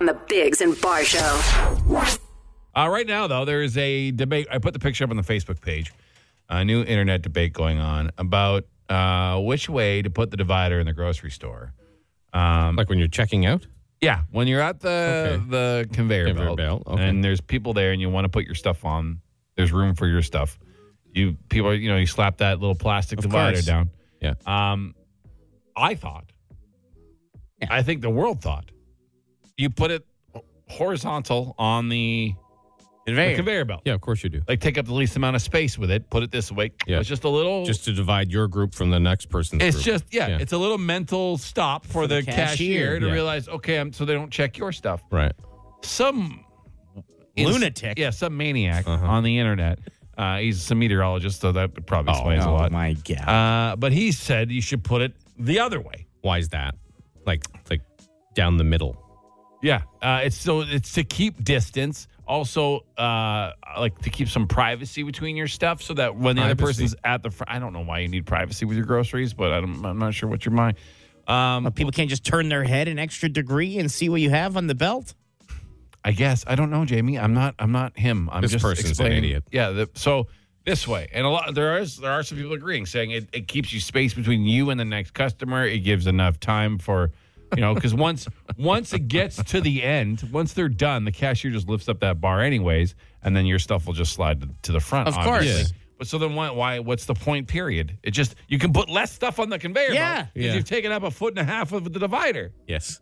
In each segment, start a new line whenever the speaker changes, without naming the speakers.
on the Bigs and Bar Show.
Uh, right now, though, there is a debate. I put the picture up on the Facebook page. A new internet debate going on about uh, which way to put the divider in the grocery store.
Like when you're checking out?
Yeah, when you're at the
Okay.
the conveyor,
Conveyor
belt,
belt, okay.
and there's people there, and you want to put your stuff on. There's room for your stuff. You people, are- you know, you slap that little plastic
Of
divider
course.
down.
Yeah.
Um, I thought, I think the world thought, you put it horizontal on the the conveyor belt.
Yeah, of course you do.
Like take up the least amount of space with it. Put it this way.
Yeah.
It's just a little.
Just to divide your group from the next person's
It's
group.
just yeah,
Yeah.
It's a little mental stop for, the, cashier, to
yeah.
realize okay, I'm, so they don't check your stuff.
Right.
Some
Lunatic.
yeah, some maniac
Uh-huh.
on the internet. Uh, he's some meteorologist, so that probably explains a
Oh
lot.
my god.
Uh, but he said you should put it the other way.
Why is that? Like, like down the middle.
Yeah, uh, it's so it's to keep distance. Also, uh, like to keep some privacy between your stuff, so that when the other
Privacy.
person's at the front, I don't know why you need privacy with your groceries, but I don't, I'm not sure what your mind. Um,
But people can't just turn their head an extra degree and see what you have on the belt.
I guess I don't know, Jamie. I'm not. I'm not him. I'm
This
just
person's an
explaining-
idiot.
Yeah. The, so this way, and a lot there is there are some people agreeing, saying it, it keeps you space between you and the next customer. It gives enough time for, you know, because once once it gets to the end, once they're done, the cashier just lifts up that bar anyways, and then your stuff will just slide to, to the front.
Of course.
obviously.
Yeah.
But so then why, why? What's the point? Period. It just you can put less stuff on the conveyor.
Yeah.
belt 'cause
Yeah.
You've taken up a foot and a half of the divider.
Yes.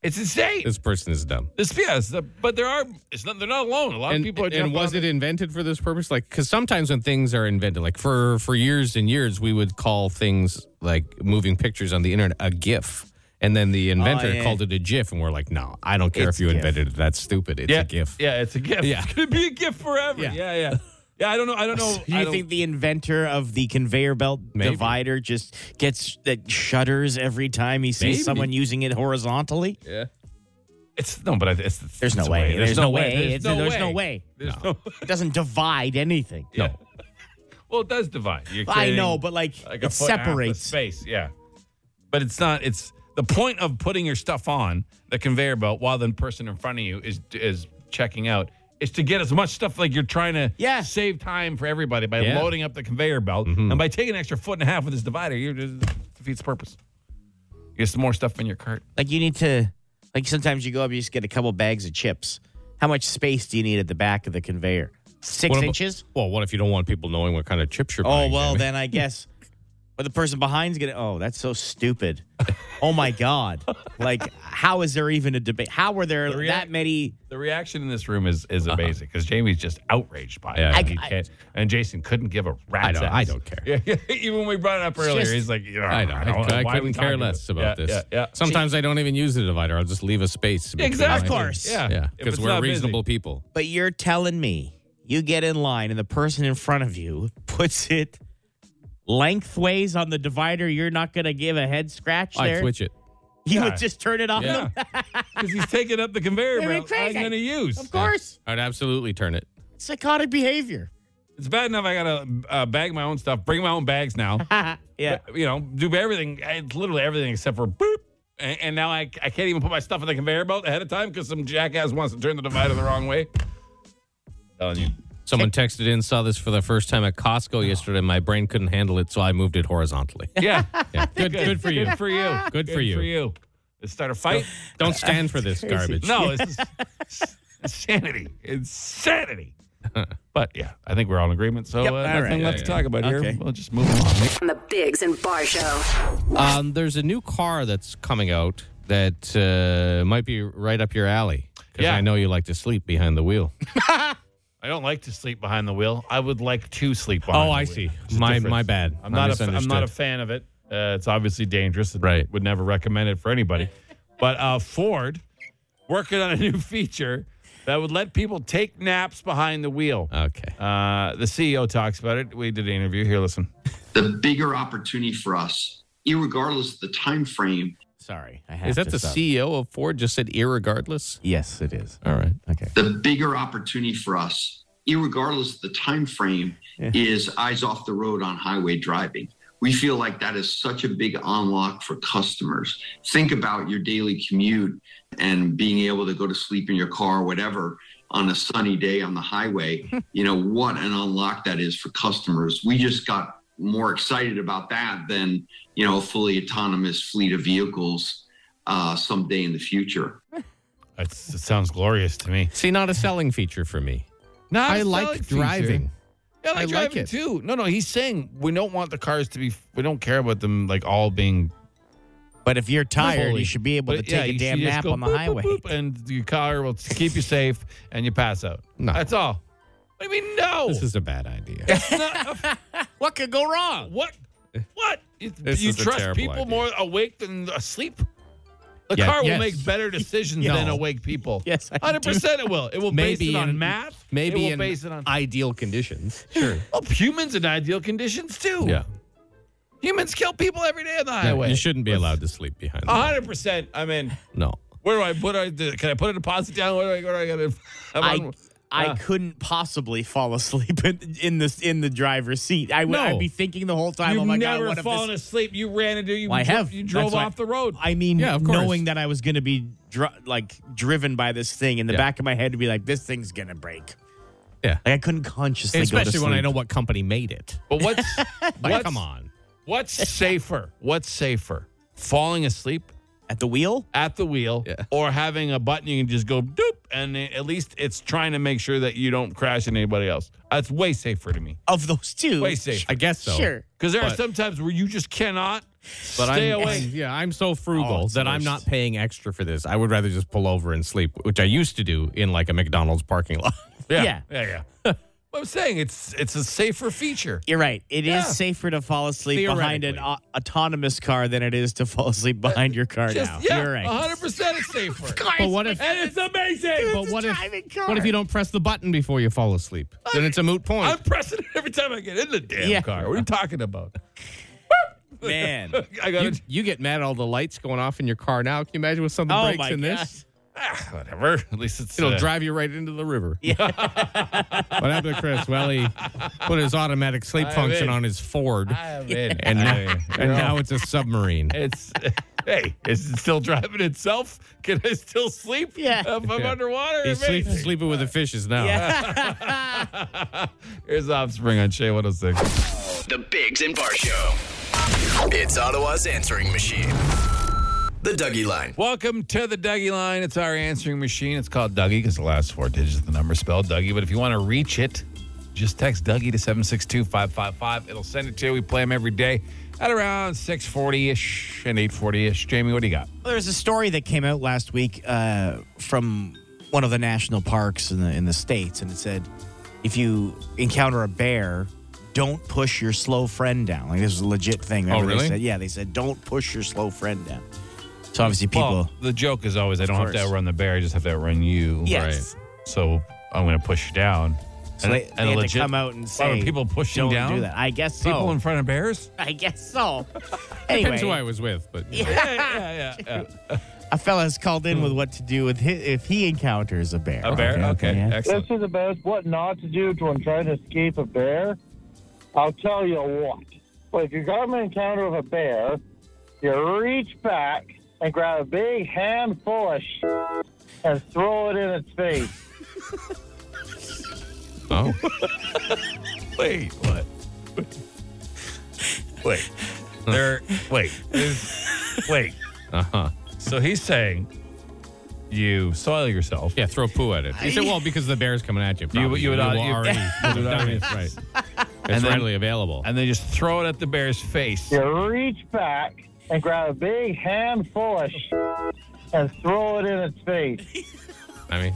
It's insane.
This person is dumb.
This yes, the- but there are. It's not. They're not alone. A lot of
And,
people are.
and was it invented for this purpose? Like, because sometimes when things are invented, like for for years and years, we would call things like moving pictures on the internet a GIF, and then the inventor
yeah.
called it a GIF, and we're like, no, I don't care
It's
if you
GIF.
invented it. That's stupid. It's
Yeah,
a GIF.
Yeah, it's a gift.
Yeah.
It's gonna be a gift forever. Yeah,
Yeah.
yeah, yeah. I don't know. I don't know.
Do
Oh, I
you
don't-
think the inventor of the conveyor belt
Maybe.
divider just gets that shudders every time he sees
Maybe.
someone using it horizontally?
it's no? But I- it's, it's
There's no
it's a
way. There's no way.
There's
It's-
no
there's
way.
no way.
There's no.
It doesn't divide anything.
Yeah. Well, it does divide. You're
I
creating
know, but like,
like a
it
foot and a half of
separates.
space. Yeah, but it's not. It's the point of putting your stuff on the conveyor belt while the person in front of you is is checking out. Is to get as much stuff like you're trying to
Yeah.
save time for everybody by
Yeah.
loading up the conveyor belt, and by taking an extra foot and a half with this divider, you just defeats the purpose. Gets more stuff in your cart.
Like you need to, like sometimes you go up, you just get a couple bags of chips. How much space do you need at the back of the conveyor? Six
What about-
inches?
Well, what if you don't want people knowing what kind of chips you're
Oh
buying?
well,
Jamie?
then I guess. But the person behind's gonna. Oh, that's so stupid. oh my god! Like, how is there even a debate? How were there
reac-
that many?
The reaction in this room is is amazing because Jamie's just outraged by it.
Yeah.
Like,
I-
Uh-huh. he
I-
can't- and Jason couldn't give a
I
rat's
don't.
ass.
I don't care.
Yeah, even when we brought it up earlier,
just-
he's like, you know,
I know. I,
don't know
I
why we
couldn't care
talking
less
it.
about
Yeah,
this.
Yeah, yeah.
Sometimes I don't even use the divider. I'll just leave a space. between
Exactly.
my
Of course.
Yeah.
things. Yeah.
If
Because
it's
we're
not busy.
reasonable people.
But you're telling me you get in line and the person in front of you puts it lengthways on the divider. You're not gonna give a head scratch
I
there.
switch it.
you
Yeah.
would just turn it off.
Yeah. Because he's taking up the conveyor
They're
belt I'm
crazy.
going to use.
Of course,
I'd absolutely turn it.
psychotic behavior.
It's bad enough I got to uh, bag my own stuff, bring my own bags now.
yeah.
you know, do everything, it's literally everything except for boop. And, and now I, I can't even put my stuff in the conveyor belt ahead of time because some jackass wants to turn the divider the wrong way. Telling you.
Someone texted in, saw this for the first time at
Oh.
Costco yesterday. My brain couldn't handle it, so I moved it horizontally.
Yeah.
Yeah. Good, good for you.
Good for you.
Good for you.
For you. Let's start a fight.
Don't stand for this garbage.
No, it's it's insanity. Insanity. but yeah, I think we're all in agreement. So
Yep,
uh,
all
nothing
right.
left
Yeah,
to
yeah.
talk about
Okay.
here. We'll just move along.
On the Bigs and Bar Show.
Um, there's a new car that's coming out that uh, might be right up your alley. Because
Yeah.
I know you like to sleep behind the wheel.
I don't like to sleep behind the wheel. I would like to sleep behind.
Oh,
the
I
wheel.
see.
It's a
My
difference.
my bad.
I'm not. a f-
a.
I'm not a fan of it. Uh, it's obviously dangerous. and
Right.
Would never recommend it for anybody. but uh, Ford working on a new feature that would let people take naps behind the wheel.
okay.
Uh, the CEO talks about it. We did an interview here. Listen.
the bigger opportunity for us, irregardless of the time frame,
Sorry, I have
Is that
to
the
stop.
CEO of Ford just said irregardless?
Yes, it is.
All right.
Okay.
the bigger opportunity for us, irregardless of the time frame, is eyes off the road on highway driving. We feel like that is such a big unlock for customers. Think about your daily commute and being able to go to sleep in your car, or whatever, on a sunny day on the highway. you know, what an unlock that is for customers. We just got more excited about that than, you know, a fully autonomous fleet of vehicles uh, someday in the future.
That's, that sounds glorious to me.
See, not a selling feature for me.
Not
I
a
like
selling feature.
driving.
Yeah, I like
I like
driving
it.
too. No, no, he's saying we don't want the cars to be. We don't care about them like all being.
But if you're tired,
fully-
you should be able to
but,
take
yeah,
a
you
damn
should just
nap
go
on the
boop, boop,
highway.
boop, and your car will keep you safe, and you pass out.
No.
that's all. What do you mean? No.
This is a bad idea.
What could go wrong?
What? What? You,
This
you
is a
trust
terrible
people
idea.
more awake than asleep? The
Yeah,
car will
yes.
make better decisions
No.
than awake people.
Yes, I do.
hundred percent it will. It will base it on
in-
math.
Maybe
it will
in
base it on.
ideal conditions. Sure.
Oh, humans in ideal conditions too.
yeah.
humans kill people every day on the
No,
highway.
you shouldn't be allowed to sleep behind. the wheel.
hundred percent. I'm in.
No.
Where do I put? I can I put a deposit down? Where do I? Where do I get it? I'm
I
on-
I
Uh.
couldn't possibly fall asleep in, in this in the driver's seat. I would
No.
I'd be thinking the whole time.
You've
oh my
never
god, what if
fallen
this-
asleep. You ran into you.
Well, I
dro-
have.
You drove
That's why-
off the road.
I mean,
Yeah, of course.
knowing that I was going to be dri like driven by this thing in the
Yeah.
back of my head to be like, this thing's going to break.
Yeah.
like I couldn't consciously, go to
Especially when I
sleep.
know what company made it.
but what's?
Like,
what's
come on.
What's safer? What's safer? Falling asleep
at the wheel.
at the wheel
Yeah.
or having a button you can just go doop and it- at least it's trying to make sure that you don't crash into anybody else. That's way safer to me.
Of those two,
Way safer.
I guess so.
sure.
Because there are
But-
some times where you just cannot
But
stay
I'm,
awake.
Yeah, I'm so frugal
Oh, it's
that
the
I'm not
worst.
paying extra for this. I would rather just pull over and sleep, which I used to do in like a McDonald's parking lot.
Yeah. Yeah. yeah. But I'm saying it's it's a safer feature.
You're right. It is
Yeah.
safer to fall asleep behind an
Theoretically.
au- autonomous car than it is to fall asleep behind your car
Just,
now.
yeah,
You're right.
100% it's safer.
But what if?
And it's amazing.
But what
driving
if?
car.
What if you don't press the button before you fall asleep? Then it's a moot point.
I'm pressing it every time I get in the damn
Yeah.
car. What are you talking about?
Man.
I got
you,
to
you get mad at all the lights going off in your car now. Can you imagine with something
Oh
breaks
my
in
gosh.
this?
ah, whatever. At least it's
It'll
uh,
drive you right into the river. Yeah. what happened to Chris? Well, he put his automatic sleep
I
function
mean-
on his Ford,
I'm in.
and now,
I-
and now it's a submarine.
It's hey, is it still driving itself? Can I still sleep?
Yeah.
if I'm
Yeah.
underwater.
He's sleep,
Amazing.
sleeping with the fishes now.
Here's offspring on Shea 106.
The Bigs and Bar Show. It's Ottawa's answering machine. The Dougie Line.
Welcome to the Dougie line. It's our answering machine. It's called Dougie because the last four digits of the number spelled Dougie. But if you want to reach it, just text Dougie to 762-555. It'll send it to you. We play them every day at around 640-ish and 840-ish. Jamie, what do you got?
Well, there's a story that came out last week uh, from one of the national parks in the in the states, and it said if you encounter a bear, don't push your slow friend down. Like this is a legit thing.
Oh,
Remember they
really?
said- yeah, they said don't push your slow friend down. So obviously people.
Well, the joke is always I don't have to
course.
outrun the bear, I just have to outrun you.
Yes.
So I'm going to push you down.
so they, they
a
had to
legit-
come out and
Why
say
would people push him
don't
down?
do that. Oh. I guess so.
People in front of bears?
I guess so.
Depends who I
anyway,
was with, but you know.
yeah, yeah, yeah, yeah.
a fella's called in with what to do with hi if he encounters a bear.
Hmm. A bear? Okay,
yeah.
This
excellent.
is about what not to do when trying to escape a bear. I'll tell you what. Well, if you got an encounter with a bear, you reach back and grab a big handful of sh- and throw it in its face.
oh.
Wait, what? Wait, there. Wait, there's- wait.
Uh huh.
So he's saying you soil yourself.
Yeah, throw poo at it. He said, "Well, because the bear's coming at you,
You,
probably.
you would
will
al- you-
already,
you would already-
right? It's
then-
readily available."
And they just throw it at the bear's face.
You reach back and grab a big handful of sh- and throw it in its face.
I mean,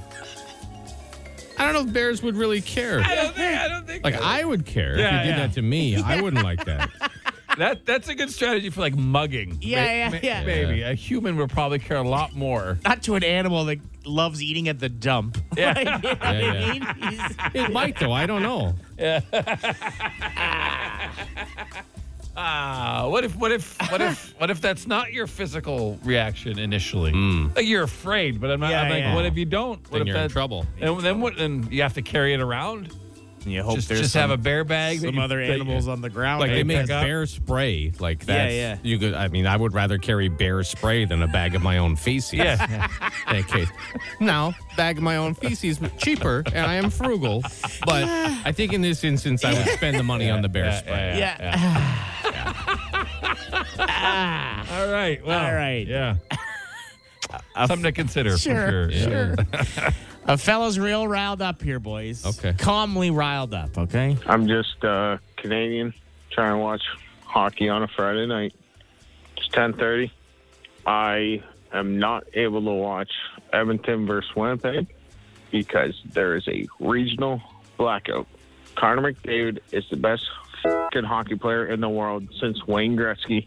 I don't know if bears would really care.
I don't think. I don't think.
Like I would care
Yeah,
if you did
yeah.
that to me. I wouldn't like that.
that that's a good strategy for like mugging.
Yeah, yeah, yeah.
Maybe a human would probably care a lot more.
not to an animal that loves eating at the dump.
Yeah.
Like, you know what
Yeah,
I mean? He's-
It might though. I don't know.
Ah, what if, what if, what if, what if that's not your physical reaction initially? Like you're afraid, but I'm not.
Yeah,
I'm like,
yeah.
what if you don't? What
Mm. Then
if
you're in
that-
trouble.
And then what? Then you have to carry it around.
And you hope
just
there's
just
some,
have a bear bag. that
some
you-
other
that you-
animals on the ground.
Like
that
they
you
make
pick up.
bear spray. Like
Yeah,
that's
yeah.
You could. I mean, I would rather carry bear spray than a bag of my own feces.
Yeah.
In that case, now bag of my own feces was cheaper, and I am frugal. But I think in this instance, I would spend the money on the bear
Yeah,
spray.
yeah, yeah. All right. Well,
All right.
Yeah. Something to consider for sure. Yeah.
sure. a fella's real riled up here, boys.
Okay.
Calmly riled up, okay?
I'm just uh, Canadian, trying to watch hockey on a Friday night. It's 10:30. I am not able to watch Edmonton versus Winnipeg because there is a regional blackout. Connor McDavid is the best fing hockey player in the world since Wayne Gretzky,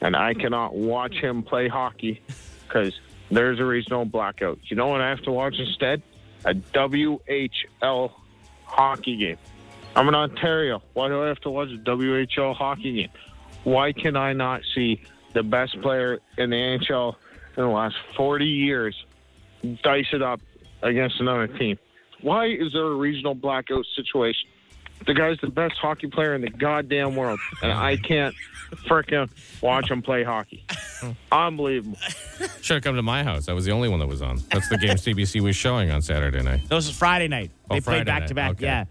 and I cannot watch him play hockey because there's a regional blackout. You know what I have to watch instead? A WHL hockey game. I'm in Ontario. Why do I have to watch a WHL hockey game? Why can I not see the best player in the NHL in the last 40 years dice it up against another team? Why is there a regional blackout situation? The guy's the best hockey player in the goddamn world, and I can't frickin' watch him play hockey. Unbelievable.
Should have come to my house. I was the only one that was on. That's the game CBC was showing on Saturday night.
No, this is Friday night.
Oh,
They
Friday
played back to
night,
back.
okay.
Yeah.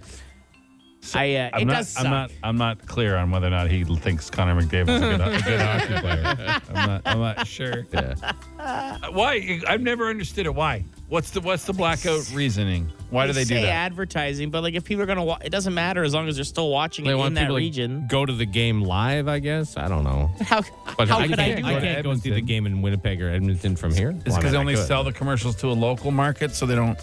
I, uh,
I'm
it
not,
does suck.
I'm not. I'm not clear on whether or not he thinks Connor McDavid's a good, a good hockey player. I'm not. I'm not sure. Why? I've never understood it. Why? What's the What's the blackout reasoning? Why do they do
say
that?
advertising, but like if people are gonna, wa- it doesn't matter as long as they're still watching
They
it
want
in that
people
region.
to go to the game live, I guess. I don't know.
How,
But
how
I
could
can't,
I do
I
that?
can't go and see the
Edmonton.
game in Winnipeg or Edmonton from here.
Is
Well, I
because
mean,
they
I
only
could.
sell the commercials to a local market, so they don't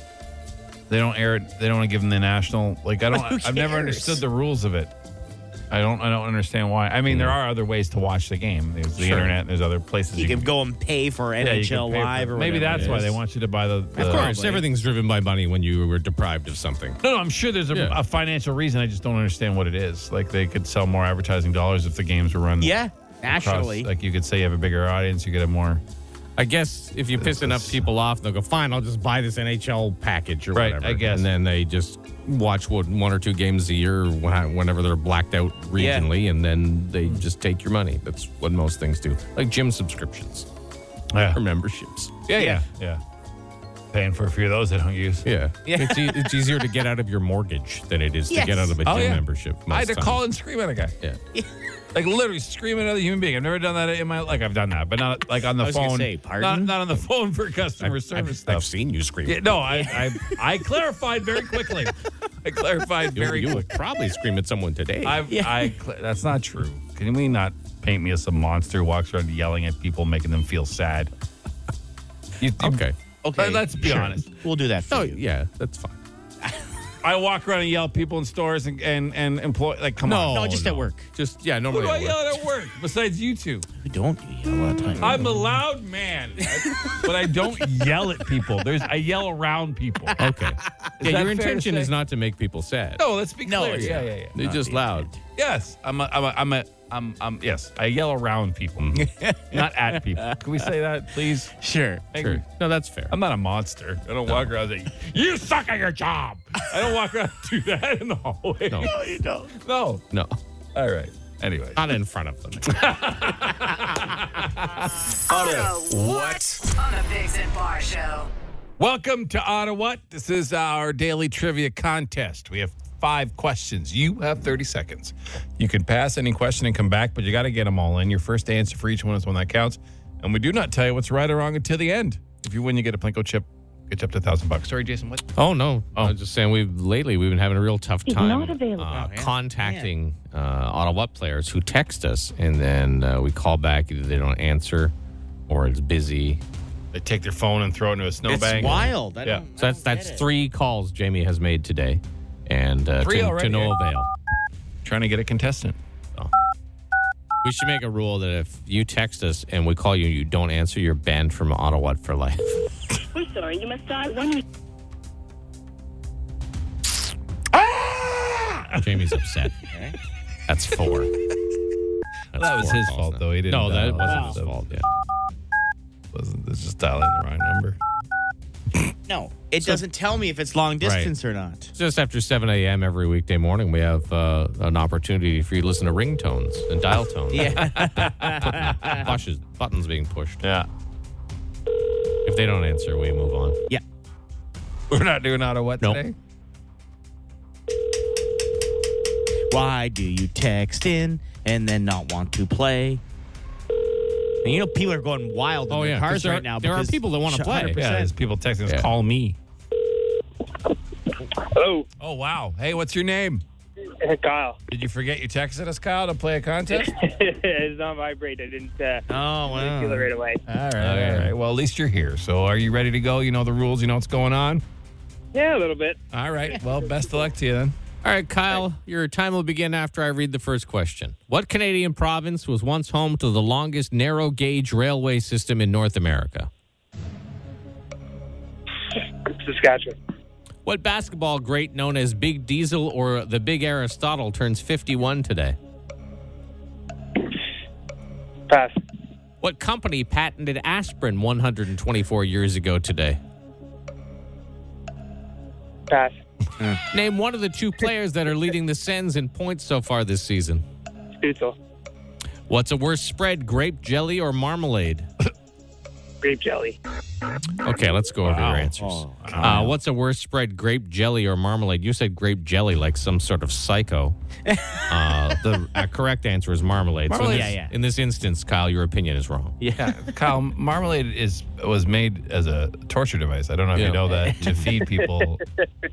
they don't air it. They don't give them the national. Like I
Who
don't. I've never
cares?
understood the rules of it. I don't. I don't understand why. I mean, there are other ways to watch the game. There's the
Sure.
internet. There's other places
You could go and pay for
yeah, you
NHL
can pay for
Live
it.
or
maybe
whatever
that's
it
why they
is.
want you to buy the. the
Of course,
Probably.
everything's driven by money when you were deprived of something.
No, no, I'm sure there's a,
Yeah.
a financial reason. I just don't understand what it is. Like they could sell more advertising dollars if the games were run.
Yeah,
across-
nationally.
like oh, you could say you have a bigger audience. You could have more.
I guess if you piss enough people off, they'll go, fine, I'll just buy this NHL package or
Right,
whatever.
I guess.
And then they just watch one one or two games a year when- whenever they're blacked out
Yeah.
regionally, and then they just take your money. That's what most things do. Like gym subscriptions
Yeah.
or memberships.
Yeah, yeah, yeah. Paying for a few of those I don't use.
Yeah. It's, e- it's easier to get out of your mortgage than it is
Yes.
to get out of a gym
Oh, yeah.
membership.
I had to
most times.
call and scream at a guy.
Yeah.
Like literally scream at another human being. I've never done that in my life. I've done that, but not like on the
I was gonna
phone.
say,
Not,
pardon?
not on the phone for customer
I've,
service
I've
stuff.
seen you scream.
Yeah, no, I, I I clarified very quickly. I clarified
You,
very
you
quickly.
would probably scream at someone today.
I've,
Yeah.
I cl- that's not true. Can we not paint me as some monster who walks around yelling at people, making them feel sad? You, you-
okay.
okay,
Let- let's be
sure.
honest.
We'll do that for
Oh,
you.
yeah, that's fine.
I walk around and yell at people in stores and and, and employ like come on.
No, just at work.
Just, yeah,
Who
normally.
do I
it works.
yell at at work besides you two?
We don't do a lot of time.
I'm a loud man, but I don't yell at people. There's I yell around people.
Okay. yeah,
that
your
fair to
intention
say?
is not to make people sad.
No, let's be clear.
No, it's
yeah,
not.
yeah, yeah.
They're just loud.
Yes, I'm a, I'm a, I'm a, I'm, I'm, yes, I yell around people, not at people. Can we say that, please?
Sure.
Thank you.
Sure. No, that's fair.
I'm not a monster. I don't walk around and say, you suck at your job. I don't walk around and do that in the hallway.
No.
No.
You don't.
no,
All right. Anyway.
not in front of them.
Auto
what?
on the Bigs and Bar Show.
Welcome to Ottawa. This is our daily trivia contest. We have five questions. You have 30 seconds. You can pass any question and come back, but you got to get them all in. Your first answer for each one is one that counts. And we do not tell you what's right or wrong until the end. If you win, you get a Plinko chip. It's up to a thousand bucks. Sorry, Jason. What?
Oh no! I was just saying. We've lately we've been having a real tough time uh,
Oh, yeah.
contacting uh, Ottawa players who text us, and then uh, we call back. Either they don't answer, or it's busy.
They take their phone and throw it into a
It's
snowbank.
wild. I
Yeah.
don't, I
So that's
don't get
that's
it.
three calls Jamie has made today, and uh,
Three
to,
already,
to no
eh?
avail.
Trying to get a contestant.
We should make a rule that if you text us and we call you, and you don't answer, you're banned from Ottawa for life.
We're sorry, you must dial one.
Ah!
Jamie's upset. That's four. That's
that was
four
his
calls
fault,
now.
though. He didn't
No, that
dial.
wasn't
Wow.
his fault. Yeah.
Wasn't this just dialing the wrong number?
No, it doesn't tell me if it's long distance or not.
Just after 7 a.m. every weekday morning, we have uh, an opportunity for you to listen to ringtones and dial tones.
Yeah.
Pushes, buttons being pushed.
Yeah.
If they don't answer, we move on.
Yeah.
We're not doing auto what
Nope.
today?
Why do you text in and then not want to play? And you know, people are going wild in
Oh,
their
yeah, 'cause
cars
there
right
are-
now.
there are
because-
people that wanna
Sh-
play.
100%.
Yeah, there's people texting us,
Yeah.
call me.
Hello,
Oh, wow. Hey, what's your name?
Kyle.
Did you forget you texted us, Kyle, to play a contest?
it's not vibrate. I didn't uh,
Oh,
feel it
wow.
right away.
all right. All right. Well, at least you're here. So are you ready to go? You know the rules. You know what's going on?
Yeah, a little bit.
All right. Well, best of luck to you then.
All right, Kyle, your time will begin after I read the first question. What Canadian province was once home to the longest narrow gauge railway system in North America?
Saskatchewan.
What basketball great known as Big Diesel or the Big Aristotle turns 51 today?
Pass.
What company patented aspirin 124 years ago today?
Pass.
Name one of the two players that are leading the Sens in points so far this season.
Stutzel.
What's a worse spread, grape jelly or marmalade?
Grape jelly.
Okay, let's go over your answers.
Oh,
uh, what's a worse spread, grape jelly or marmalade? You said grape jelly like some sort of psycho. uh, the uh, correct answer is marmalade.
Marmalade-
in this,
Yeah, yeah.
in this instance, Kyle, your opinion is wrong.
Yeah, Kyle, marmalade is was made as a torture device. I don't know if
Yeah.
you know that to feed people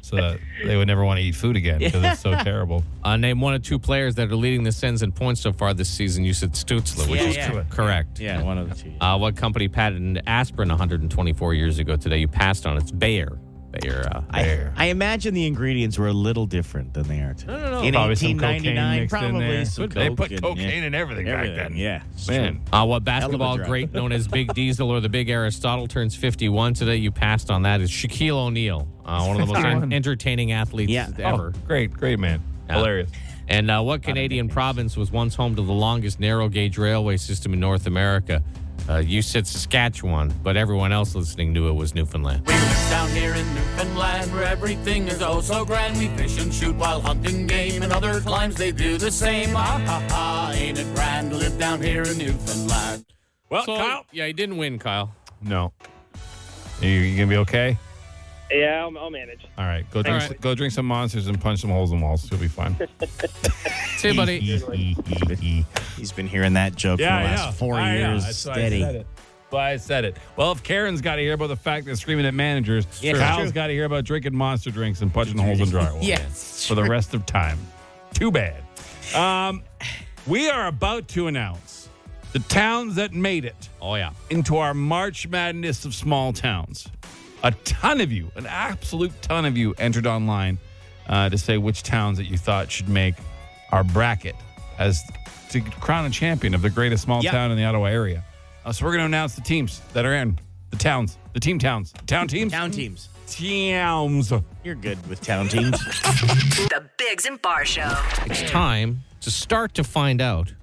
so that they would never want to eat food again because it's so terrible.
Uh, name one of two players that are leading the Sens in points so far this season. You said Stutzla, which
Yeah,
is
yeah.
correct.
Yeah, one of the two.
Uh, what company patented aspirin 124 years ago today? You passed on. It's Bayer. Bayer. Uh,
I, I imagine the ingredients were a little different than they are today.
no, no.
In
Probably some cocaine
1899,
mixed in
probably
there.
some
They put
coke
cocaine in everything back then.
Yeah, it's
Man,
Uh, what basketball
drug.
great known as Big Diesel or the Big Aristotle turns 51 today? You passed on that. Is Shaquille O'Neal, uh, one of the most en- entertaining athletes
Yeah.
ever.
Oh, great, great man,
Yeah.
hilarious.
And uh, what Canadian province was once home to the longest narrow gauge railway system in North America? Uh, you said Saskatchewan, but everyone else listening knew it was Newfoundland.
We live down here in Newfoundland where everything is oh so grand. We fish and shoot while hunting game, and other climes they do the same. Ah ha ha, ain't it grand to live down here in Newfoundland?
Well,
So-
Kyle,
yeah, he didn't win, Kyle.
no, you, you gonna be okay?
Yeah, I'll, I'll manage.
All right, go drink,
right.
go drink some monsters and punch some holes in walls. You'll be fine.
See you, buddy.
He's been hearing that joke for the last four
I know.
years
That's why I
steady.
said it. That's why I said it. Well, if Karen's got to hear about the fact that screaming at managers,
Yeah, it's
Kyle's
true.
got to hear about drinking monster drinks and punching holes in drywall
Yes.
for the rest of time. Too bad. Um, we are about to announce the towns that made it
Oh, yeah.
into our March Madness of small towns. A ton of you, an absolute ton of you, entered online uh, to say which towns that you thought should make our bracket as to crown a champion of the greatest small
Yeah.
town in the Ottawa area. Uh, so we're going to announce the teams that are in the towns, the team towns, town teams,
Town teams.
towns.
You're good with town teams.
The Bigs and Bar Show.
It's time to start to find out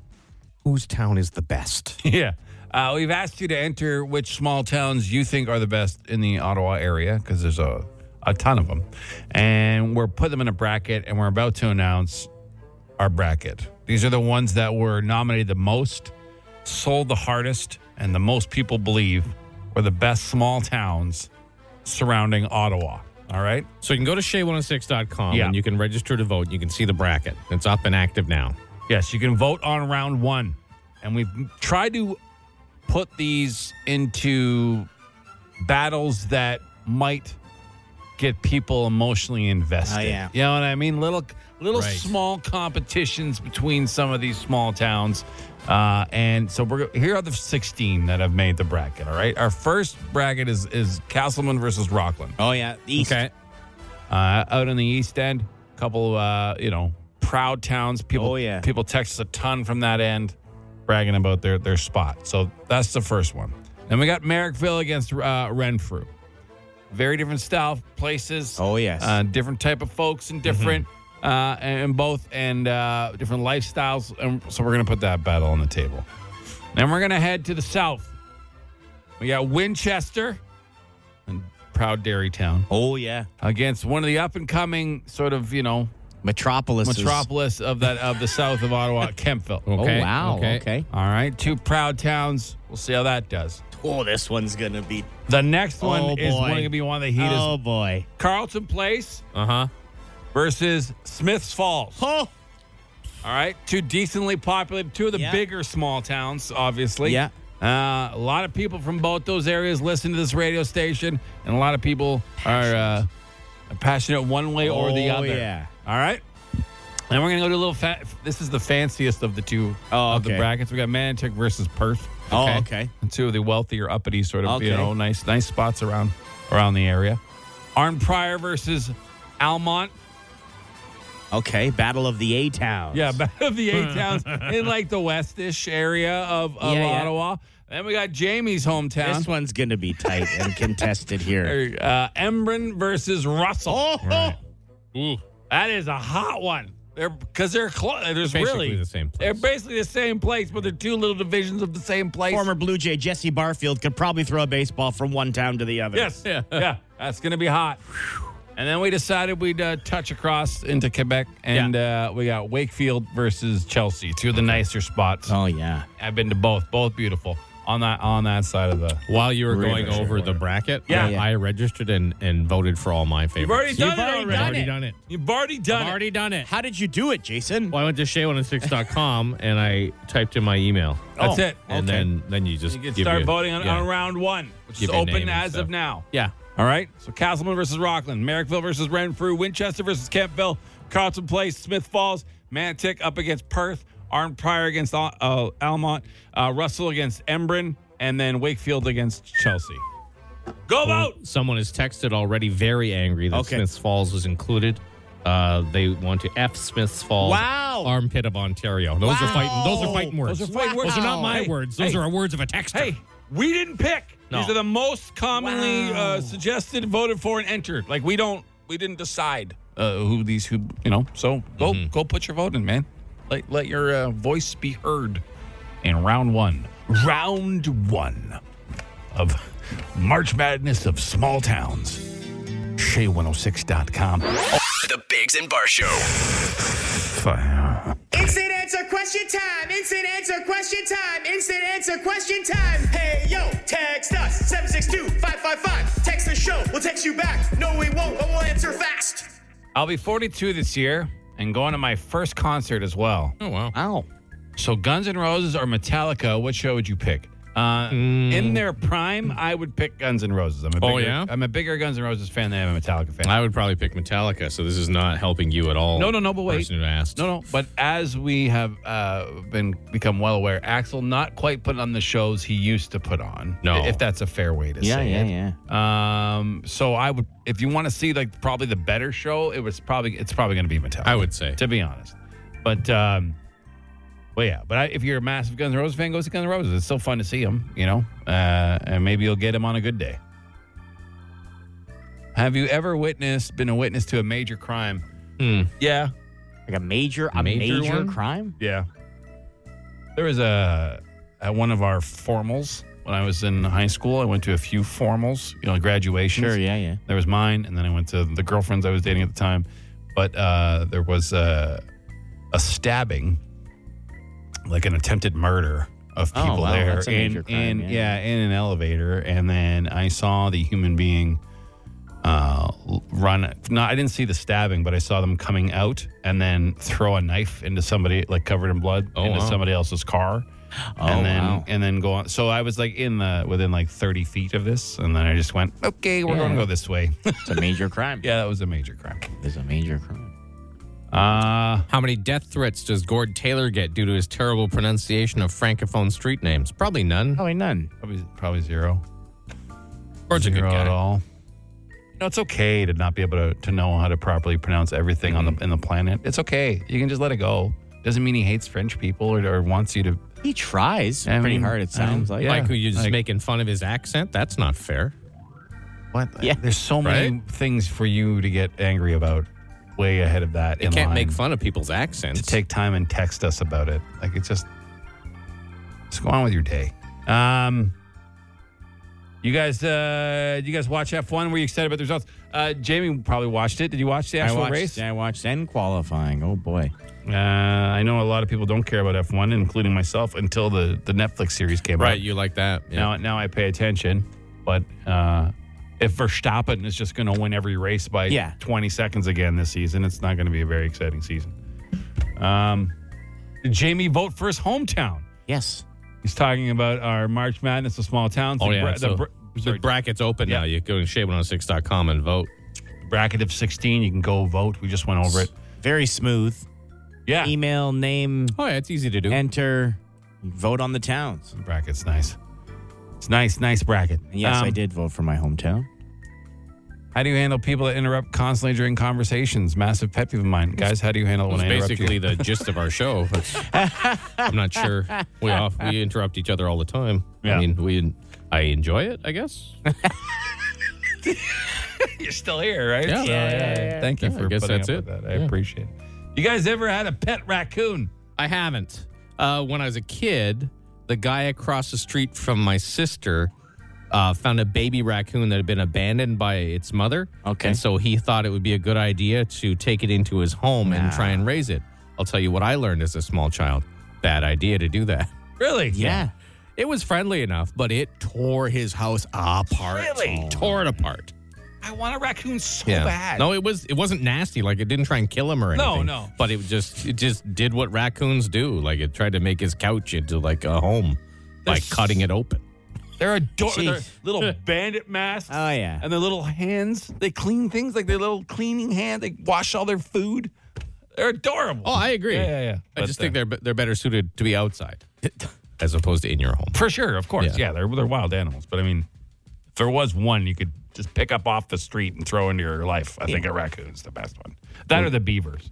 whose town is the best.
Yeah. Uh, we've asked you to enter which small towns you think are the best in the Ottawa area because there's a, a ton of them. And we're putting them in a bracket and we're about to announce our bracket. These are the ones that were nominated the most, sold the hardest, and the most people believe were the best small towns surrounding Ottawa. All right.
So you can go to shay106.com
Yeah.
and you can register to vote. You can see the bracket. It's up and active now.
Yes, you can vote on round one. And we've tried to put these into battles that might get people emotionally invested.
Oh, yeah.
You know what I mean? Little little
Right.
small competitions between some of these small towns. Uh, and so we're here are the 16 that have made the bracket, all right? Our first bracket is is Castleman versus Rockland.
oh yeah, the East.
Okay.
Uh, out in the East End, couple, uh, you know, proud towns. People,
Oh, yeah.
people text us a ton from that end, bragging about their their spot. So that's the first one. Then we got Merrickville against uh, Renfrew. Very different style places.
Oh Mm-hmm. yes.
Uh, different type of folks and different uh, and, and both and uh, different lifestyles. And so we're gonna put that battle on the table. Then we're gonna head to the south. We got Winchester and proud dairy town
Oh yeah,
against one of the up and coming sort of you know
metropolis.
metropolis of that of the south of Ottawa, Kempville. Okay.
wow. Okay.
All right. Two proud towns. We'll see how that does.
Oh, this one's gonna be.
The next one
Oh,
is
boy.
going to be one of the heatest.
oh Uh-huh. boy.
Carlton Place
Uh huh.
versus Smiths Falls.
Oh.
All right. Two decently populated, two of the
Yeah.
bigger small towns, obviously.
Yeah.
Uh, a lot of people from both those areas listen to this radio station, and a lot of people are uh, passionate one way or the
Oh,
other.
yeah.
All right. And we're going to go to a little fa- This is the fanciest of the two
Oh,
of the
okay.
brackets. We got Manitouk versus Perth.
Oh, okay.
And two of the wealthier, uppity sort of, you
Okay.
know, nice nice spots around around the area. Arn Pryor versus Almont.
Okay. Battle of the A towns.
Yeah, back of the eight towns in like the westish area of, of
Yeah, yeah.
Ottawa. Then we got Jamie's hometown.
This one's gonna be tight and contested here.
Uh, Embrun versus Russell.
Oh,
Ooh, that is a hot one. They're because they're close. There's
Basically
really
the same place.
They're basically the same place, but they're two little divisions of the same place.
Former Blue Jay Jesse Barfield could probably throw a baseball from one town to the other.
yes, yeah, yeah. That's gonna be hot. And then we decided we'd uh, touch across into Quebec, and uh, we got Wakefield versus Chelsea, two of the nicer spots.
Oh yeah.
I've been to both, both beautiful on that on that side of the.
While you were going
Register.
over the bracket,
Yeah.
I registered and, and voted for all my favorites.
already done
You've
it
already
already.
I've already
Done
done it.
You've already done
I've already done it.
How did you do it, Jason?
Well, I went to shay106.com and I typed in my email. Oh.
That's it.
And
Okay.
then, then you just
You can
give
start
your-
voting on,
yeah.
on round one, which
Give
is
your
open
name and
as
stuff.
of now.
Yeah.
All right. So Castleman versus Rockland, Merrickville versus Renfrew, Winchester versus Kempville, Carlton Place, Smith Falls, Mantic up against Perth, Arm Pryor against Al- uh, Almont, uh, Russell against Embrun, and then Wakefield against Chelsea. Go vote.
Someone has texted already very angry that
Okay.
Smiths Falls was included. Uh, they want to F Smiths Falls.
Wow.
Armpit of Ontario. Those are fighting those are fighting words.
Those are fighting words.
Those are not my
Hey,
words. Those
hey.
are words of a texter.
Hey, we didn't pick.
No.
These are the most commonly uh, suggested, voted for, and entered. Like we don't, we didn't decide uh, who these who you know. So go go put your vote in, man. Let let your uh, voice be heard in round one. Round one of March Madness of small towns. Shay106.com.
The Biggs and Bar Show.
Instant answer question time. Instant answer question time. Instant answer question time. Hey yo, text us 762-555. Text the show. We'll text you back. No, we won't, but we'll answer fast.
I'll be 42 this year and going to my first concert as well.
Oh wow.
Wow.
So Guns N' Roses or Metallica, what show would you pick? Uh, In their prime, I would pick Guns N' Roses. I'm a bigger,
Mm. Oh, yeah?
I'm a bigger Guns N' Roses fan than I am a Metallica fan.
I would probably pick Metallica, so this is not helping you at all.
no, no, no, but wait.
Person who asked.
No, no. But as we have uh, been become well aware, Axel not quite putting on the shows he used to put on.
No.
if that's a fair way to
Yeah,
say
yeah,
it.
yeah.
yeah. Um, so I would, if you want to see like probably the better show, it was probably it's probably going to be Metallica.
I would say.
to be honest. But um, well, yeah. But I, if you're a massive Guns N' Roses fan, go see Guns N' Roses. It's still fun to see them, you know. Uh, and maybe you'll get them on a good day. Have you ever witnessed, been a witness to a major crime?
Hmm.
Yeah,
Like a major, a
Major
major,
one?
crime.
yeah. There was a at one of our formals when I was in high school. I went to a few formals, you know, graduations.
Sure. Yeah. Yeah.
There was mine, and then I went to the girlfriends I was dating at the time. But uh, there was a, a stabbing, like an attempted murder of
Oh,
people
wow,
there
that's a
in,
major crime,
in- yeah.
yeah.
in an elevator, and then I saw the human being uh, l- run. No, I didn't see the stabbing, but I saw them coming out and then throw a knife into somebody like covered in blood
Oh,
into
wow.
somebody else's car
Oh
and then
wow.
and then go on. So I was like in the within like thirty feet of this, and then I just went, okay, we're going to go this way.
It's a major crime.
yeah, that was a major crime.
It's a major crime.
Uh
How many death threats does Gord Taylor get due to his terrible pronunciation of francophone street names? Probably none.
Oh,
Probably none.
probably probably zero.
Gord's a good
zero at
guy.
all. You know, it's okay to not be able to, to know how to properly pronounce everything
Mm-hmm.
on the in the planet. It's okay. You can just let it go. Doesn't mean he hates French people or, or wants you to.
He tries
I
pretty
mean,
hard. It
I mean,
sounds like.
yeah.
Like who you're just
Like-
making fun of his accent? That's not fair.
What?
Yeah.
There's so many
Right?
things for you to get angry about. Way ahead of that.
You
in
can't
line.
make fun of people's accents.
to take time and text us about it. Like it's just, just go on with your day. Um, You guys, uh, you guys watch F1? Were you excited about the results? Uh, Jamie probably watched it. Did you watch the
I
actual
watched,
race?
I watched and qualifying. Oh boy.
Uh, I know a lot of people don't care about F1, including myself, until the, the Netflix series came out.
Right, you like that. Yeah.
Now, now I pay attention. But uh, if Verstappen is just going to win every race by
Yeah.
20 seconds again this season, it's not going to be a very exciting season. Um, did Jamie vote for his hometown?
Yes.
He's talking about our March Madness of small towns.
oh,
the
yeah.
bra- the
so,
br-
the
sorry,
bracket's open now. You go to shape106.com and vote.
bracket of 16. You can go vote. We just went over it.
Very smooth.
Yeah.
Email, name,
Oh, yeah, it's easy to do.
enter, vote on the towns.
Bracket's nice. It's nice, nice bracket.
And yes, I
Um,
did vote for my hometown.
How do you handle people that interrupt constantly during conversations? Massive pet peeve of mine. Guys, how do you handle it when
That's
I interrupt you?
basically the gist of our show. That's- I'm not sure. We off, we interrupt each other all the time.
Yeah.
I mean, we I enjoy it, I guess.
You're still here, right?
Yeah. Yeah, yeah, yeah.
Thank you
Yeah, I
for
guess
putting
that's
up
it.
with that. I
Yeah.
appreciate it. You guys ever had a pet raccoon?
I haven't. Uh, when I was a kid, the guy across the street from my sister uh, found a baby raccoon that had been abandoned by its mother.
Okay.
And so he thought it would be a good idea to take it into his home and try and raise it. I'll tell you what I learned as a small child bad idea to do that.
Really?
Yeah.
It was friendly enough, but it tore his house apart.
Really?
Tore it apart.
I want a raccoon so bad.
No, it was it wasn't nasty. Like it didn't try and kill him or
No,
anything.
no.
But it just it just did what raccoons do. Like it tried to make his couch into like a home by
There's-
cutting it open.
They're adorable. They're
Jeez.
little bandit masks.
Oh, yeah.
And their little hands. They clean things like their little cleaning hand. They wash all their food. They're adorable.
Oh, I agree.
Yeah, yeah, yeah.
I
But,
just
uh,
think they're be- they're better suited to be outside as opposed to in your home.
For sure, of course. Yeah,
Yeah.
they're, they're wild animals. But I mean, if there was one you could just pick up off the street and throw into your life, I think a raccoon's the best one. That or the beavers.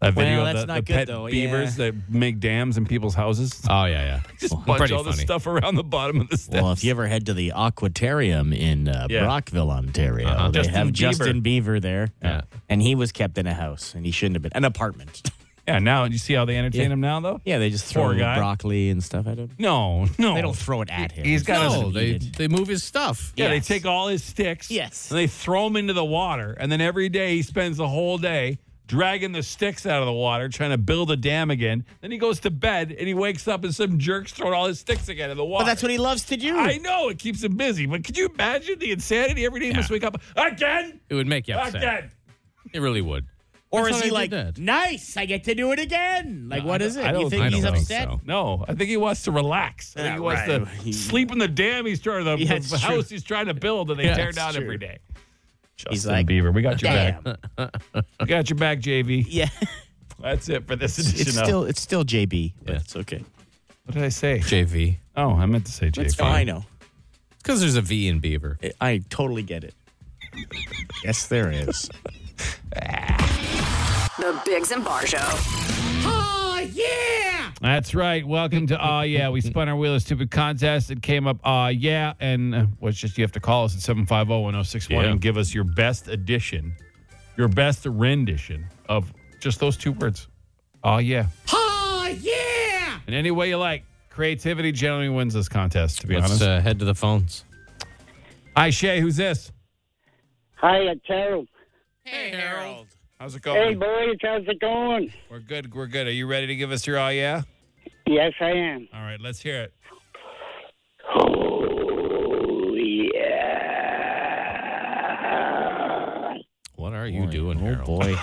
That
Well,
video
that's
of the,
not
the
good,
pet
though.
beavers that make dams in people's houses.
Oh yeah, yeah.
just bunch
pretty
all this
funny.
stuff around the bottom of the steps.
Well, if you ever head to the Aquatarium in uh,
Yeah. Uh-huh.
Brockville, Ontario, they
Justin
have
Bieber.
Justin Beaver there. Uh,
Yeah.
And he was kept in a house, and he shouldn't have been. An apartment.
yeah, now you see how they entertain him now, though.
yeah, they just
Poor
throw
guy.
broccoli and stuff at him.
No, no,
They don't throw it at him.
He's got his-
No, they
needed.
they move his stuff.
Yeah,
Yes.
they take all his sticks.
Yes.
And they throw them into the water. And then every day he spends the whole day dragging the sticks out of the water, trying to build a dam again. Then he goes to bed and he wakes up and some jerk's throwing all his sticks again in the water.
But that's what he loves to do.
I know it keeps him busy, but could you imagine the insanity every day he must wake up again?
It would make you upset.
Again.
It really would.
or
That's
is
how
he
I
like,
did that.
nice, I get to do it again? Like,
No,
what
I
is
don't-
it?
I
You
don't-
think
I
he's
don't
think
upset?
so.
No, I think he wants to relax. I think
Yeah,
he wants
right.
to
He-
sleep in the dam he's trying to,
Yeah,
the
it's
house
true.
he's trying to build and they
Yeah,
tear
it's
down
true.
every day. Justin
He's like,
Bieber, we got your
Damn.
back. We got your back, JV.
Yeah.
That's it for this edition
It's
of-
still it's still JB, but it's okay.
What did I say?
JV.
Oh, I meant to say JV.
That's fine. I know.
Because there's a V in Beaver.
I- I totally get it. yes, there is.
The Biggs and Bar Show.
Oh,
That's right. Welcome to Aw Yeah. We spun our wheel of stupid contest. It came up Aw Yeah, and uh, well, it's just you have to call us at oh, 750-1061
Yeah.
and give us your best edition, your best rendition of just those two words. Aw Yeah. Aw Yeah. In any way you like. Creativity generally wins this contest, to be
Let's
honest.
uh, head to the phones.
Hi, Shay. Who's this?
Hi, it's Harold.
Hey, Harold. How's it
Hey,
going?
boys, how's it going?
We're good. We're good. Are you ready to give us your Aw Yeah?
Yes, I am.
All right. Let's hear it.
Oh, yeah.
What are you doing,
oh
Harold?
boy.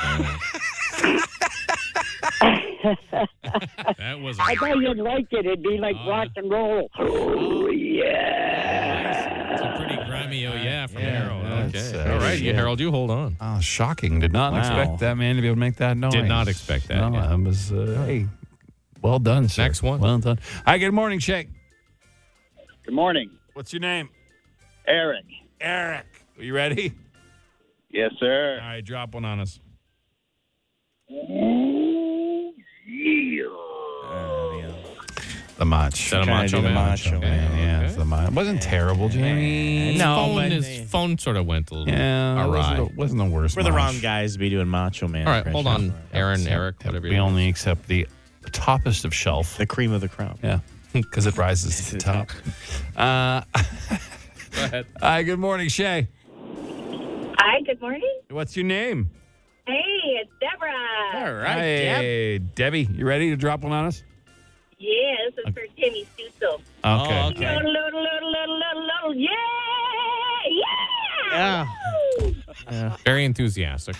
That was
I thought you'd like it. It'd be like rock and roll. Oh, yeah.
It's a pretty grimy oh yeah from Harold.
that's,
okay.
uh,
All right, you, Harold, you hold on.
Oh, shocking. Did not
Wow.
expect that man to be able to make that noise.
Did not expect that,
No,
yeah.
I was, uh, hey, well done, sir.
Next one.
Well done. Hi, good morning, Shake.
Good morning,
What's your name?
Eric.
Eric. Are you ready?
Yes,
All
sir.
right, drop one on us.
Oh, yeah.
The match.
Is that a macho man?
macho
Okay.
man,
Yeah, it's the match. Wasn't terrible, Jamie.
His
No,
phone,
but
his
Oh, they-
phone sort of went a little
Yeah, it
awry.
wasn't, the- wasn't the worst.
We're the
match.
wrong guys to be doing Macho Man.
All right, hold on,
impressions.
Aaron, Eric, whatever.
We
you-
only accept the toppest of shelf.
The cream of the crop.
Yeah, because it rises to the top. Uh, Go ahead. Hi, good morning, Shay.
Hi, good morning.
What's your name?
Hey, it's Deborah.
All right, hey, Debbie, you ready to drop one on us?
Yeah, this is for Timmy Suso.
Oh,
Okay.
Little, little, little, little, little, little, yeah, yeah.
Yeah.
Woo!
Very enthusiastic.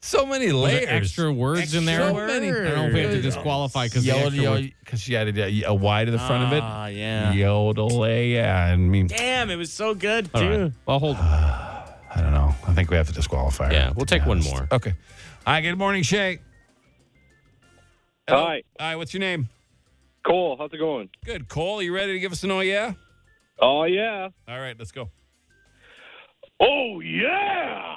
So many
Was there
layers.
extra words in there?
So many.
I don't know if we have to disqualify because the
Yodel,
extra
yodel,
word-
because she added a, a Y to the front of it.
Ah, yeah.
Yodel, yeah. I mean,
Damn, it was so good,
All
too.
right. Well, hold on.
I don't know. I think we have to disqualify. her,
Yeah,
to
we'll
be
take one
honest.
more.
Okay. Hi, good morning, Shay. Hello.
Hi.
Hi, what's your name?
Cole, how's it going?
Good, Cole. You ready to give us an oh yeah?
Oh, yeah.
All right, let's go.
Oh, yeah.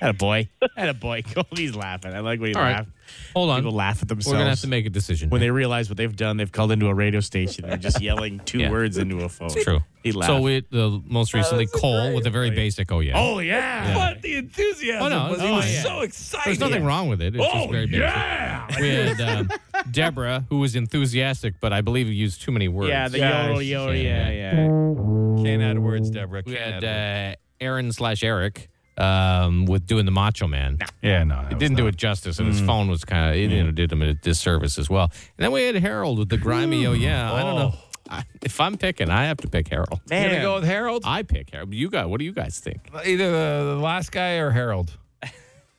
Had a boy. Had a boy. He's laughing. I like when he
All right.
laughs.
Hold on.
People laugh at
We're
themselves.
going to have to make a decision.
when they realize what they've done, they've called into a radio station and are just yelling two
Yeah.
words into a phone.
It's true.
He laughed.
So we, the most recently Cole with a very basic oh yeah.
oh yeah.
But the enthusiasm
Oh, no,
was, he
oh,
was
yeah.
so excited.
There's nothing wrong with it. It's just very basic. We had um, Deborah, who was enthusiastic, but I believe used too many words.
Yeah, the
Yeah,
yodel, yodel, yeah, yeah.
Can't add words, Deborah.
we
Can't add
had
words.
uh, Aaron slash Eric um, with doing the Macho Man.
Yeah, no.
It didn't do it justice,
Mm.
and his phone was kind of it you know, did him a disservice as well. And then we had Harold with the grimy. Oh yeah, I don't know. I, if I'm picking, I have to pick Harold.
You gonna go with Harold?
I pick Harold. You got what do you guys think?
Either the, the last guy or Harold.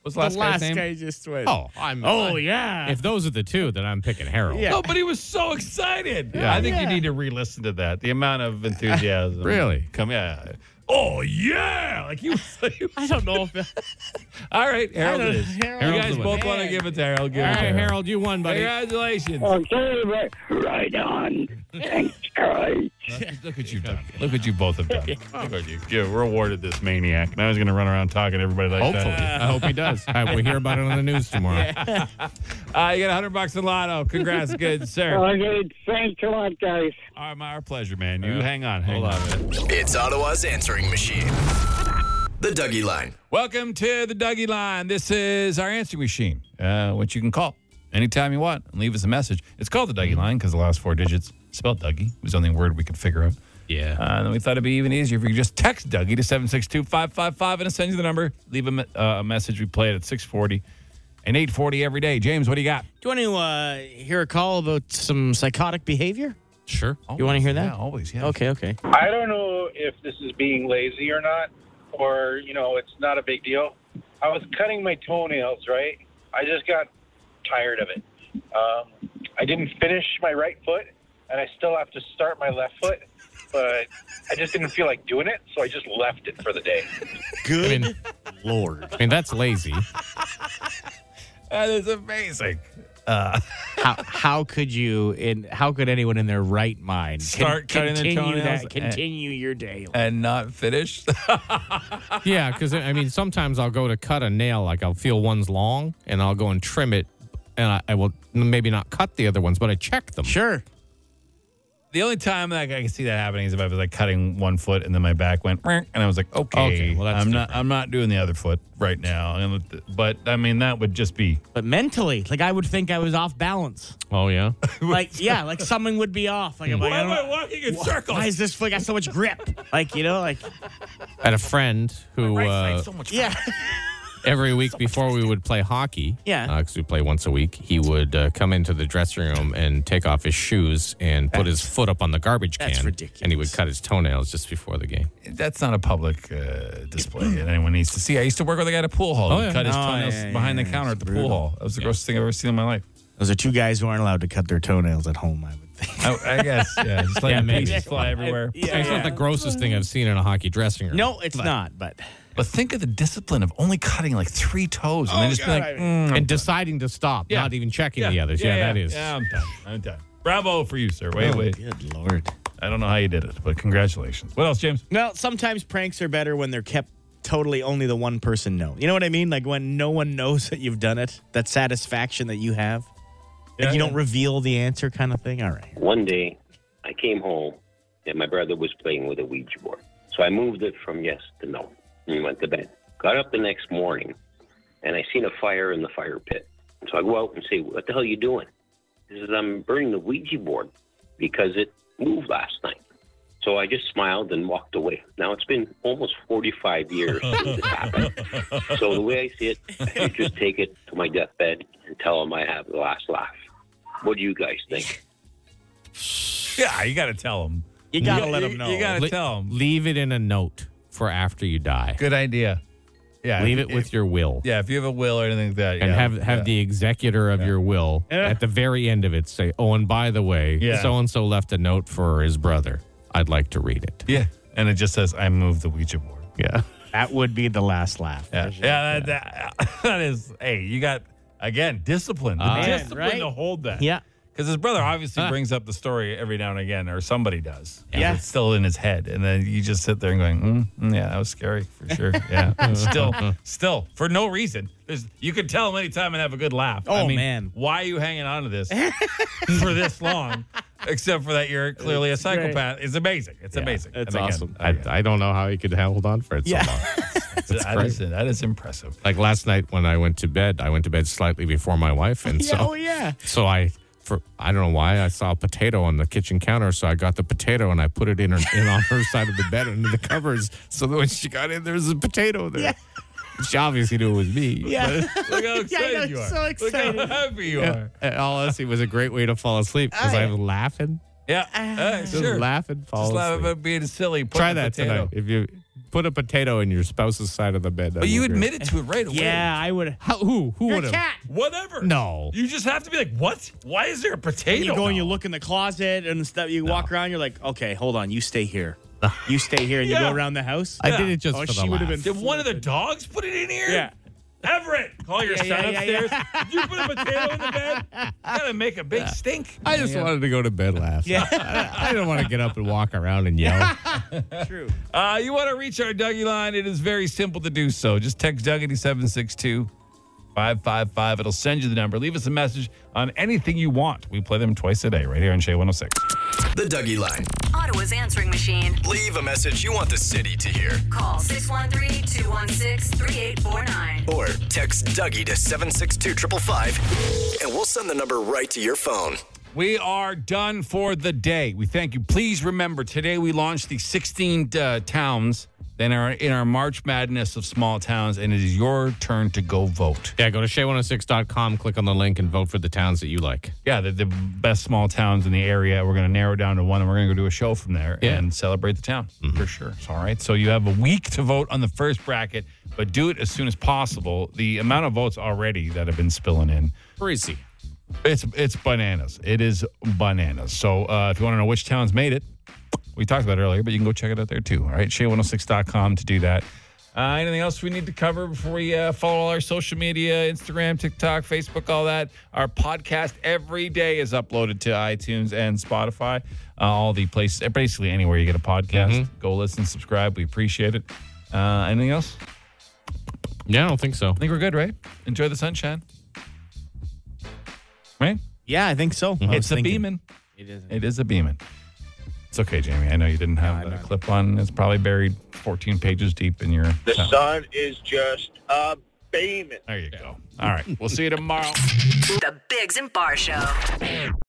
What's the last, guy's name?
just went.
Oh, I'm.
Oh,
I-
yeah.
If those are the two, then I'm picking Harold.
Yeah.
No, but he was so excited. I think you need to re-listen to that. The amount of enthusiasm.
Really?
Come yeah. Oh yeah! Like you.
I don't know if
All right, Harold.
I
It
don't-
is.
Harold's
you guys
the
both
winner.
want to give it to Harold. Give
All
it to
right, Harold, you won, buddy.
Congratulations.
Okay, right, right on. Thanks, guys.
Look what you've done. Look what you both have done. Look what you, you rewarded this maniac. Now he's going to run around talking to everybody like
Hopefully,
that.
I hope he does. I hope we hear about it on the news tomorrow.
Uh, you got 100 bucks in lotto. Congrats. Good, sir. All
Okay, thanks a lot, guys.
right, my our pleasure, man. You hang on. Hang on.
It's Ottawa's answering machine. The Dougie Line.
Welcome to the Dougie Line. This is our answering machine, uh, which you can call anytime you want and leave us a message. It's called the Dougie Line because the last four digits spelled Dougie It was the only word we could figure out.
Yeah.
Uh, and then we thought it'd be even easier if we could just text Dougie to 762 555 and it sends you the number. Leave a, me- uh, a message. We play it at 640 and 840 every day. James, what do you got?
Do you want to uh, hear a call about some psychotic behavior?
Sure.
You want to hear that?
Yeah, always. Yeah.
Okay, okay.
I don't know if this is being lazy or not, or, you know, it's not a big deal. I was cutting my toenails, right? I just got tired of it. Um, I didn't finish my right foot, and I still have to start my left foot, but I just didn't feel like doing it, so I just left it for the day.
Good lord. I mean, that's lazy.
That is amazing.
how how could you in how could anyone in their right mind con-
Start cutting their
continue
toenails
that, continue your day?
And not finished.
Yeah, because I mean, sometimes I'll go to cut a nail, like I'll feel one's long, and I'll go and trim it, and I, I will maybe not cut the other ones, but I check them.
Sure.
The only time that I could see that happening is if I was like cutting one foot and then my back went, "Meow," and I was like, okay,
Okay, well, that's
I'm not, I'm not doing the other foot right now. And, but I mean, that would just be
But mentally, like I would think I was off balance.
Oh yeah.
Like yeah, like something would be off. Like I'm like, I don't-
walking in
Why is this foot got so much grip? Like you know, like
I had a friend who uh,
much.
yeah,
every week before we would play hockey.
Yeah.
Because we play once a week, he would uh, come into the dressing room and take off his shoes and put his foot up on the garbage can.
that's ridiculous.
And he would cut his toenails just before the game.
That's not a public uh, display that anyone needs to see. I used to work with a guy at a pool hall.
Oh,
He
yeah.
cut his
Oh,
toenails
yeah, yeah,
behind the
yeah,
counter at
it's
the pool
brutal.
hall. That was the grossest thing I've ever seen in my life.
those are two guys who aren't allowed to cut their toenails at home. I would think.
I, I guess, yeah, just letting
maybe.
pieces fly everywhere.
Yeah,
it's not
yeah.
the grossest thing I've seen in a hockey dressing room.
No, it's not. But
But think of the discipline of only cutting like three toes and then
Oh,
just being like, "Mm,
and deciding to stop,
Yeah.
not even checking the others. Yeah, that is.
Yeah, I'm done. I'm done. Bravo for you, sir.
Oh,
Wait, wait.
good lord.
I don't know how you did it, but congratulations. What else, James?
Well, sometimes pranks are better when they're kept totally only the one person knows. You know what I mean? Like when no one knows that you've done it, that satisfaction that you have. Like
Yeah,
you don't
yeah.
reveal the answer kind of thing. All right.
One day, I came home and my brother was playing with a Ouija board. So I moved it from yes to no. And he went to bed. Got up the next morning and I seen a fire in the fire pit. So I go out and say, What the hell you doing? He says, I'm burning the Ouija board because it moved last night.
So I just smiled and walked away. Now it's been almost 45 years since it happened. So the way I see it, I should just take it to my deathbed and tell them I have the last laugh. What do you guys think?
Yeah, you got to tell them.
You gotta let 'em know.
You got to
Le-
tell them.
Leave it in a note for after you die.
Good idea. Yeah.
Leave
if-
it with
if-
your will.
Yeah, if you have a will or anything like that.
and
yeah,
have have
yeah.
the executor of your will at the very end of it say, "Oh, and by the way,
Yeah.
so and so left a note for his brother. I'd like to read it."
Yeah. And it just says, I move the Ouija board.
Yeah,
That would be the last laugh.
Yeah. Yeah. That, that, that is, hey, you got, again, discipline. The
Ah. Man,
discipline
right?
to hold that.
Yeah.
Because his brother obviously
Huh.
brings up the story every now and again, or somebody does.
Yeah.
It's still in his head. And then you just sit there and going, mm, mm, yeah, that was scary for sure. Yeah. And still, still, for no reason. There's, you could tell him anytime and have a good laugh. I
Oh,
mean,
man.
Why are you hanging on to this for this long? Except for that you're clearly a psychopath. It's amazing. It's amazing.
That's
And again,
awesome. I, I don't know how he could hold on for it
Yeah.
so long.
that, is, that is impressive.
Like last night when I went to bed, I went to bed slightly before my wife, and
Yeah,
so
oh, yeah.
so I. For, I don't know why I saw a potato on the kitchen counter, so I got the potato and I put it in her in on her side of the bed under the covers, so that when she got in, there was a potato there.
Yeah.
She obviously knew it was me.
Yeah.
Look how
Yeah, I
excited
know,
you are.
so
Look
excited.
how happy you are.
And all else, it was a great way to fall asleep because
Aye.
I'm laughing,
Yeah. Uh,
just
sure.
laughing, fall
Just laugh
asleep.
about being silly. Put
Try
the
that
potato.
tonight. If you put a potato in your spouse's side of the bed,
But you admitted to it right away.
Yeah, I would.
How, who who
You're
would
a
have?
cat.
Whatever.
No.
You just have to be like, what? Why is there a potato?
You go and you look in the closet and stuff. You walk around. You're like, okay, hold on. You stay here. You stay here, and you
Yeah.
go around the house.
I did it just
Oh,
for the
she
laugh.
would've been-
Did one of the dogs put it in here?
Yeah.
Everett, call your
Yeah,
son
yeah, yeah,
upstairs. Did you put a potato in the bed? You gotta make a big stink.
I just wanted to go to bed last. Yeah. I, I didn't want to get up and walk around and yell.
True.
Uh, you want to reach our Dougie line? It is very simple to do so. Just text Dougie to 762 555. It'll send you the number. Leave us a message on anything you want. We play them twice a day right here on Shea 106.
The Dougie Line.
Ottawa's answering machine.
Leave a message you want the city to hear.
Call 613 216 3849.
Or text Dougie to 762 555 and we'll send the number right to your phone.
We are done for the day. We thank you. Please remember, today we launched the 16 uh, towns that are in our March Madness of small towns, and it is your turn to go vote.
yeah, go to shay106.com, click on the link, and vote for the towns that you like.
Yeah, the, the best small towns in the area. We're going to narrow down to one, and we're going to go do a show from there
Yeah.
and celebrate the town for sure. All right. So you have a week to vote on the first bracket, but do it as soon as possible. The amount of votes already that have been spilling in.
Crazy.
It's it's bananas. It is bananas. So uh, if you want to know which towns made it, we talked about it earlier, but you can go check it out there too. All right, shay106.com to do that. Uh, anything else we need to cover before we uh, follow all our social media, Instagram, TikTok, Facebook, all that? Our podcast every day is uploaded to iTunes and Spotify, uh, all the places, basically anywhere you get a podcast.
Mm-hmm.
Go listen, subscribe. We appreciate it. Uh, anything else? I
Yeah, I don't think so.
think we're good, right? Enjoy the sunshine. Right?
Yeah, I think so. I was
It's a
thinking-
beaming.
It is.
It is a Beeman. It's okay, Jamie. I know you didn't have the clip on. It's probably buried 14 pages deep in your.
The
town.
sun is just a beaming.
There you go. All right. We'll see you tomorrow.
The Bigs and Bar Show.